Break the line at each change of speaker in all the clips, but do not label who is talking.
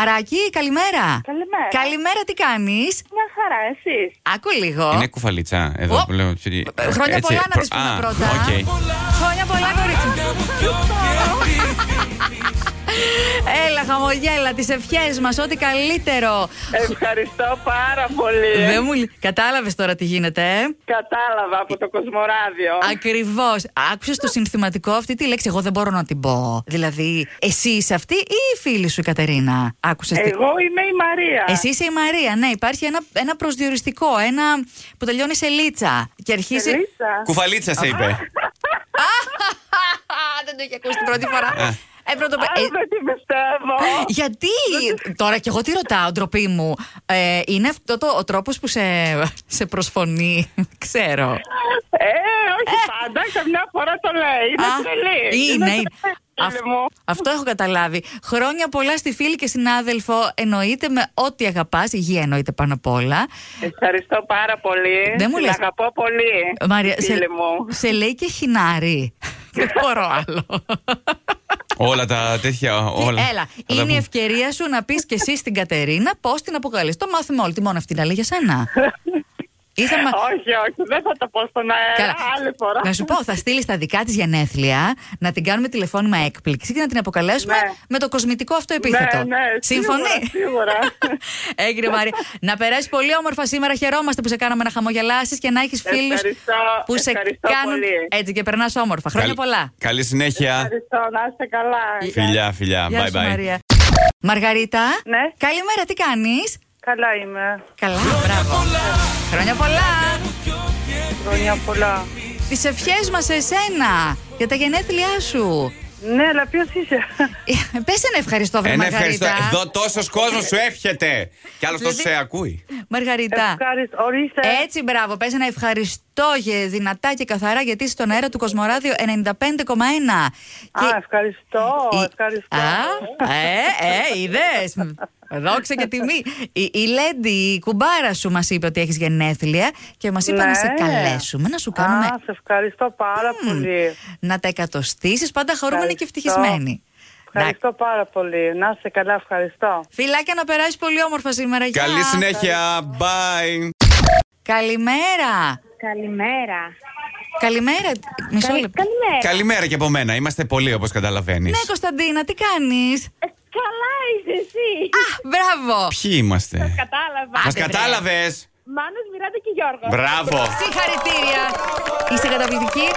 Μαράκι, καλημέρα.
Καλημέρα.
Καλημέρα, τι κάνεις.
Μια χαρά, εσείς.
Άκου λίγο.
Είναι κουφαλίτσα. Εδώ
Ω.
που λέω.
Ε, Χρόνια πολλά να τη
προ-
πούμε
Α,
πρώτα.
οκ.
Χρόνια πολλά, κορίτσι. μου. Έλα, χαμογέλα, τις ευχές μας, ό,τι καλύτερο.
Ευχαριστώ πάρα πολύ.
Δεν μου Κατάλαβες τώρα τι γίνεται, ε.
Κατάλαβα από το Κοσμοράδιο.
Ακριβώς. Άκουσες το συνθηματικό αυτή τη λέξη. Εγώ δεν μπορώ να την πω. Δηλαδή, εσύ είσαι αυτή ή η φίλη σου η Κατερίνα. Άκουσες.
Εγώ είμαι η Μαρία.
Εσύ είσαι η Μαρία, ναι, υπάρχει ένα, ένα προσδιοριστικό, ένα που τελειώνει σε λίτσα. Και αρχίζει.
Ελίτσα.
Κουφαλίτσα σε είπε.
Α, δεν το είχε ακούσει την πρώτη φορά.
Α.
ε, πρώτο... ε,
Α, δεν την πιστεύω.
γιατί. Τώρα κι εγώ τι ρωτάω, ντροπή μου. Ε, είναι αυτό το, ο τρόπος που σε, σε προσφωνεί. Ξέρω.
Ε, όχι πάντα, καμιά φορά το λέει. Είναι
Α,
τρελή.
Είναι. ναι,
τρελή,
είναι.
φίλε
Αυ-
μου.
Αυτό έχω καταλάβει. Χρόνια πολλά στη φίλη και συνάδελφο. Εννοείται με ό,τι αγαπάς. Υγεία εννοείται πάνω απ' όλα.
Ευχαριστώ πάρα πολύ.
Δεν μου
Την
λες.
αγαπώ πολύ.
Μαρία,
φίλη
σε,
μου.
σε λέει και χινάρι. Δεν μπορώ άλλο.
όλα τα τέτοια. Όλα.
Έλα,
Θα τα
είναι η
πούμε.
ευκαιρία σου να πεις και εσύ στην Κατερίνα πώς την αποκαλείς. Το μάθημα όλοι. Τι μόνο αυτή να λέει για σένα. Ή θα μα-
Όχι, όχι, δεν θα το πω στον αέρα.
Καλά.
Άλλη φορά.
Να σου πω, θα στείλεις τα δικά της γενέθλια, να την κάνουμε τηλεφώνημα έκπληξη και να την αποκαλέσουμε
Ναι.
με το κοσμητικό αυτό επίθετο.
Ναι, ναι,
Συμφωνεί.
σίγουρα, σίγουρα.
Έγινε Μαρία. να περάσει πολύ όμορφα σήμερα. Χαιρόμαστε που σε κάναμε να χαμογελάσεις και να έχεις φίλου
Ευχαριστώ,
που σε
ευχαριστώ
κάνουν Ε-
πολύ.
έτσι και περνάς όμορφα. Χρόνια
Καλ-
πολλά.
Καλή συνέχεια.
Ευχαριστώ, να είστε καλά.
Ε-
Φιλιά, φιλιά.
Γεια
Bye
σου,
bye.
Μαρία. Μαργαρίτα.
Ναι.
Καλημέρα, τι κάνεις.
Καλά είμαι.
Καλά, μπράβο. Χρόνια πολλά.
Χρόνια πολλά.
Τις ευχές μας εσένα για τα γενέθλιά σου.
Ναι, αλλά ποιος είσαι.
Πες ένα ευχαριστώ, βρε
Ένα ευχαριστώ. Ε,
Μαργαρίτα.
Εδώ τόσος κόσμος σου εύχεται. Κι άλλο τόσο
Δηλαδή-
σε ακούει.
Μαργαρίτα.
Ευχαριστώ. Ορίστε.
Έτσι, μπράβο. Πες ένα ευχαριστώ για δυνατά και καθαρά γιατί είσαι στον αέρα του Κοσμοράδιο 95,1.
Α, ευχαριστώ.
η-
Ευχαριστώ.
Ε, Α, ε, ε, είδες. Δόξα και τιμή. Η, η Λέντι, η κουμπάρα σου, μας είπε ότι έχεις γενέθλια και μας είπε
Ναι.
να σε καλέσουμε, να σου κάνουμε.
Α, σε ευχαριστώ πάρα
μμ,
πολύ.
να τα εκατοστήσεις πάντα χαρούμενη και
Ευχαριστώ.
ευτυχισμένη.
Ευχαριστώ πάρα πολύ. Να είσαι καλά, ευχαριστώ.
Φιλάκια να περάσεις πολύ όμορφα σήμερα. Γεια.
Καλή συνέχεια. Bye.
Καλημέρα.
Καλημέρα.
Καλημέρα. Μισό
Καλη-
λεπτό.
Καλημέρα.
Καλημέρα και από μένα. Είμαστε πολλοί όπως καταλαβαίνεις.
Ναι, Κωνσταντίνα, τι κάνεις.
Ε, Καλά είσαι εσύ.
Α, μπράβο.
Ποιοι είμαστε.
Κατάλαβα.
Μας
βρε.
κατάλαβες.
Μάνος Μιράντα και Γιώργος.
Μπράβο.
Συγχαρητήρια. Είστε καταπληκτικοί.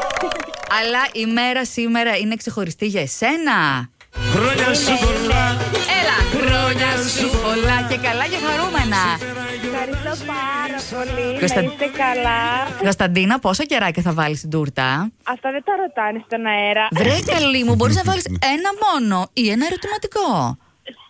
Αλλά η μέρα σήμερα είναι ξεχωριστή για εσένα.
Χρόνια σου πολλά,
Έλα, χρόνια σου πολλά και καλά και χαρούμενα.
Ευχαριστώ πάρα πολύ.
Κώστα-
Να είστε καλά.
Κωνσταντίνα, πόσα κεράκια θα βάλεις στην τούρτα.
Αυτά δεν τα ρωτάνε στον αέρα.
Βρε, καλή μου, μπορείς να βάλεις ένα μόνο ή ένα ερωτηματικό.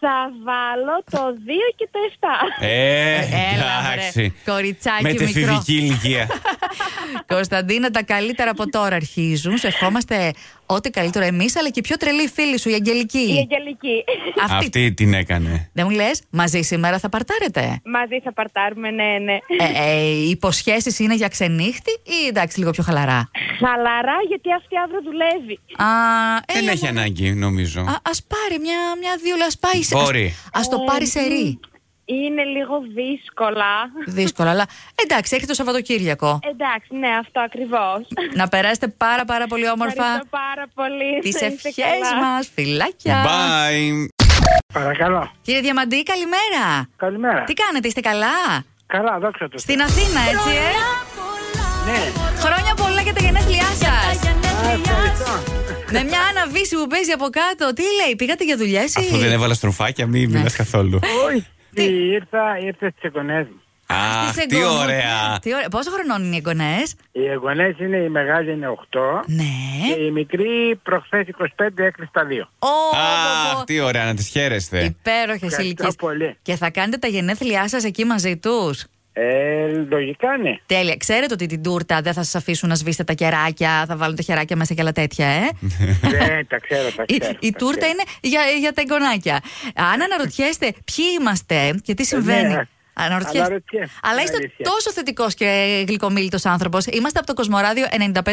Θα βάλω το 2 και το 7.
Ε,
έλα, βρε.
εντάξει.
Κοριτσάκι
Με τη
μικρό.
φιβική ηλικία.
Κωνσταντίνα, τα καλύτερα από τώρα αρχίζουν. Σε ευχόμαστε ό,τι καλύτερο εμείς, αλλά και η πιο τρελή φίλη σου, η
Η
Αγγελική.
Αγγελική.
Αυτή την έκανε.
Δεν μου λες, μαζί σήμερα θα παρτάρετε.
Μαζί θα παρτάρουμε, ναι, ναι.
Ε, ε, οι υποσχέσεις είναι για ξενύχτη ή εντάξει, λίγο πιο χαλαρά.
Χαλαρά γιατί αυτή αύριο δουλεύει.
Α,
Δεν
έλα,
έχει
μου.
ανάγκη, νομίζω.
Ε, Α ας πάρει μια, μια δίουλα, ας πάει σε.
Μπορεί.
Ας, ας το πάρει σε ρί.
Είναι λίγο δύσκολα.
Δύσκολα, αλλά εντάξει, έρχεται το Σαββατοκύριακο.
Εντάξει, ναι, αυτό ακριβώς.
Να περάσετε πάρα πάρα πολύ όμορφα.
Ευχαριστώ πάρα πολύ.
Τις
Να είστε
ευχές
καλά.
μας, φιλάκια.
Bye.
Παρακαλώ.
Κύριε Διαμαντή, καλημέρα.
Καλημέρα.
Τι κάνετε, είστε καλά.
Καλά, δόξα τω.
Στην Αθήνα, έτσι, ε.
Ναι,
Χρόνια πολλά για τα γενέθλιά σας.
Α, ευχαριστώ.
Με μια αναβίση που παίζει από κάτω. Τι λέει, πήγατε για δουλειέ ή.
Αφού δεν έβαλα στροφάκια,
Ναι.
μην μιλάς καθόλου.
Τι?
Τι ήρθα, ήρθε στις εγγονές μου.
Αχ,
Στις
τι
εγγονές.
ωραία.
ναι, Τι ωραία. Πόσο χρονών είναι οι εγγονές,
Οι εγγονές είναι, η μεγάλη είναι 8
Ναι.
και η μικρή προχθέ 25 έκλεισε τα 2.
Ω, πω,
Αχ,
πω.
τι ωραία να τις χαίρεστε.
Υπέροχες
Ευχαριστώ
ηλικίες.
πολύ.
Και θα κάνετε τα γενέθλιά σας εκεί μαζί τους.
Ε, λογικά ναι.
Τέλεια. Ξέρετε ότι την τούρτα δεν θα σας αφήσουν να σβήσετε τα κεράκια, θα βάλουν τα χεράκια μέσα και άλλα τέτοια, ε.
Ναι, τα ξέρω, τα
Η,
ξέρω.
η
τα
τούρτα
ξέρω.
είναι για, για τα εγγονάκια. Αν αναρωτιέστε ποιοι είμαστε και τι συμβαίνει.
Ναι.
Αναρωτιέσαι.
Αναρωτιέμαι.
Αλλά είστε
Αλήθεια.
τόσο θετικός και γλυκομίλητος άνθρωπος. Είμαστε από το Κοσμοράδιο 95,1,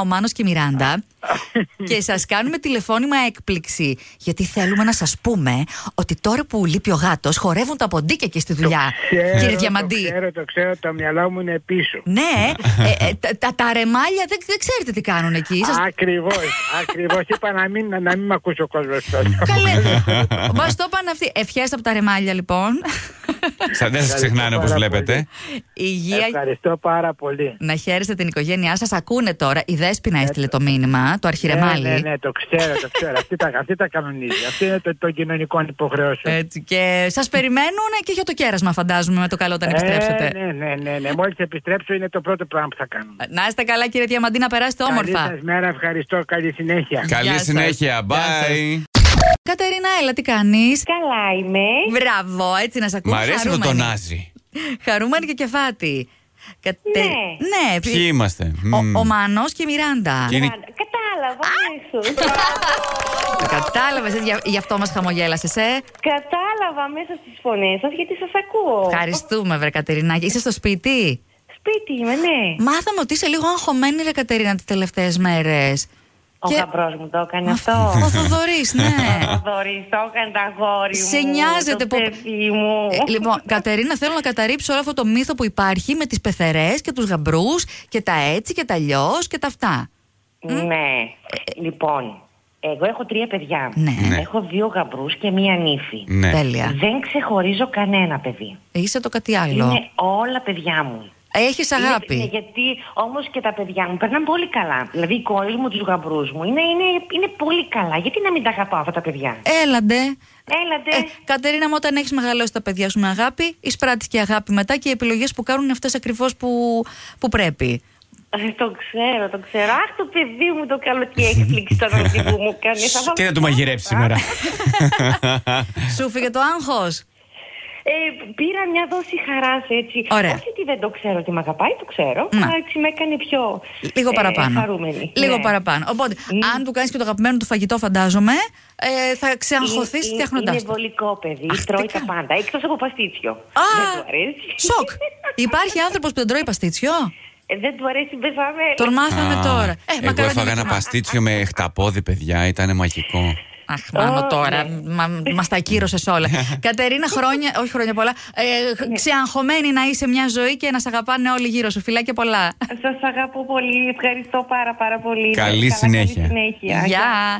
ο Μάνος και η Μιράντα. και σας κάνουμε τηλεφώνημα έκπληξη. Γιατί θέλουμε να σας πούμε ότι τώρα που λείπει ο γάτος, χορεύουν τα ποντίκια εκεί στη δουλειά.
Ξέρω,
Κύριε
Το
Διαμαντή.
ξέρω, το ξέρω, το μυαλό μου είναι πίσω.
Ναι, ε, ε, τα, τα, τα ρεμάλια δεν, δεν ξέρετε τι κάνουν εκεί. Σας-
Ακριβώς, ακριβώς. Είπα να μην, να μην μ' ακούσει ο κόσμος τόσο.
Καλέ. Μας το είπαν αυτοί. Ευχές από τα ρεμάλια, λοιπόν.
Σαν δεν σας ξεχνάνε όπως
πάρα
βλέπετε.
πολύ.
Υγεία.
Ευχαριστώ πάρα πολύ.
Να χαίρεστε την οικογένειά σας. Ακούνε τώρα. Η Δέσποινα έστειλε το μήνυμα, το αρχιρεμάλι.
Ναι, ναι, ναι, το ξέρω, το ξέρω. αυτή, τα, αυτή τα κανονίζει. Αυτή είναι το, το κοινωνικό υποχρεώσεων.
Έτσι. Και σας περιμένουν και για το κέρασμα, φαντάζομαι, με το καλό όταν επιστρέψετε.
ναι, ναι, ναι, ναι. Μόλις επιστρέψω είναι το πρώτο πράγμα που θα κάνω.
Να είστε καλά, κύριε Διαμαντή, να περάσετε
Καλή
όμορφα.
σας μέρα, ευχαριστώ, καλή συνέχεια.
Γεια
Καλή
σας.
συνέχεια.
Γεια
Bye.
Κατερίνα, έλα, τι κάνεις.
Καλά είμαι.
Μπράβο, έτσι να σε ακούω.
Μ' αρέσει το
Χαρούμενη.
τονάζει.
Χαρούμενη και κεφάτη. Κατε...
Ναι.
ναι.
Ποιοι είμαστε.
Ο,
Μμμ.
ο Μάνος και η Μιράντα.
Και είναι-
Κατάλαβα αμέσως.
Κατάλαβε, γι' αυτό μας χαμογέλασες, ε.
Κατάλαβα μέσα στις φωνές σας γιατί σας ακούω.
Ευχαριστούμε, βρε Κατερινάκη. Είσαι στο σπίτι.
Σπίτι είμαι, ναι.
Μάθαμε ότι είσαι λίγο αγχωμένη, ρε Κατερίνα, τις τελευταίες μέρες.
Ο γαμπρός μου το έκανε αυτό.
Ο Θοδωρής, ναι.
Θοδωρής, το έκανε τα αγόρι μου.
Σε νοιάζεται
το
που.
παιδί μου.
Ε, λοιπόν, Κατερίνα, θέλω να καταρρύψω όλο αυτό το μύθο που υπάρχει με τις πεθερές και τους γαμπρούς και τα έτσι και τα αλλιώς και τα αυτά.
Ναι. Λοιπόν, εγώ έχω τρία παιδιά.
Ναι.
Ναι.
Έχω δύο γαμπρούς και μία νύφη.
Ναι.
Τέλεια.
Δεν ξεχωρίζω κανένα παιδί.
Είσαι το κάτι άλλο.
Είναι όλα παιδιά μου.
Έχεις
Είναι-
αγάπη.
είναι γιατί όμως και τα παιδιά μου περνάνε πολύ καλά. Δηλαδή οι κόρες μου, τους γαμπρούς μου είναι, είναι, είναι πολύ καλά. Γιατί να μην τα αγαπάω αυτά τα παιδιά.
Έλαντε.
Έλατε.
Ε, Κατερίνα, μου, όταν έχεις μεγαλώσει τα παιδιά σου με αγάπη, εισπράττεις και αγάπη μετά και οι επιλογές που κάνουν είναι αυτές ακριβώς που, που πρέπει.
Ε, το ξέρω, το ξέρω. Αχ, το παιδί μου το καλό τι έκπληξη το αγόρι που μου κάνεις. Θα βάλω
Και δεν του μαγειρέψει
μάπα.
σήμερα.
Σου φύγε το άγχος.
Ε, πήρα μια δόση χαράς έτσι.
Ωραία.
Όχι ότι δεν το ξέρω ότι με αγαπάει, το ξέρω.
Να.
Αλλά έτσι με έκανε πιο
Λίγο
ε,
παραπάνω.
χαρούμενη.
Λίγο
Ναι.
παραπάνω. Οπότε, αν του κάνεις και το αγαπημένο του φαγητό, φαντάζομαι, ε, θα ξεαγχωθείς
Είναι-
φτιάχνοντά
Είναι
το.
βολικό παιδί,
Αχ, τι
τρώει τα
κάνεις.
πάντα. Εκτός από παστίτσιο.
Α,
δεν του αρέσει.
σοκ! Υπάρχει άνθρωπος που δεν τρώει παστίτσιο.
Ε, δεν του αρέσει η μπεσαμέλη.
Τον μάθαμε
Α,
τώρα. Ε,
εγώ
μακάρι να
έφαγα
μην
ένα
θυμάμαι.
παστίτσιο με χταπόδι, παιδιά. Ήταν μαγικό.
Αχ, μάνο
Ω,
τώρα.
ναι.
Μα τα κύρωσε όλα. Κατερίνα, χρόνια, όχι χρόνια πολλά. Ε, χ- ξεαγχωμένη να είσαι μια ζωή και να σε αγαπάνε όλοι γύρω σου. Φιλάκια πολλά.
Σας αγαπώ πολύ. Ευχαριστώ πάρα πάρα πολύ.
Καλή
Να είστε καλά,
συνέχεια.
Καλή συνέχεια.
Γεια.